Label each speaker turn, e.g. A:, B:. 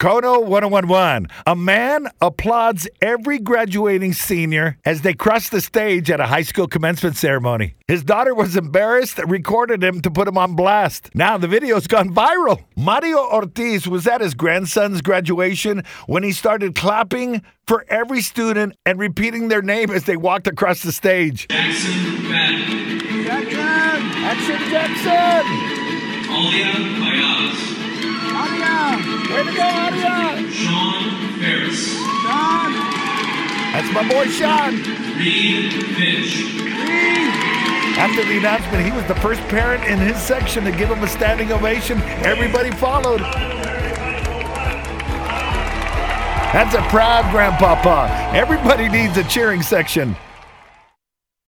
A: Kono 1011. A man applauds every graduating senior as they cross the stage at a high school commencement ceremony. His daughter was embarrassed, recorded him to put him on blast. Now the video's gone viral. Mario Ortiz was at his grandson's graduation when he started clapping for every student and repeating their name as they walked across the stage.
B: Jackson Pat,
C: Jackson! Action Jackson!
B: Alia Fayaz,
C: Aria!
A: Way to go, Aria!
B: Sean Ferris,
C: John!
A: That's my boy Sean.
B: Reed Finch,
C: Reed!
A: After the announcement, he was the first parent in his section to give him a standing ovation. Everybody followed. That's a proud grandpapa. Everybody needs a cheering section.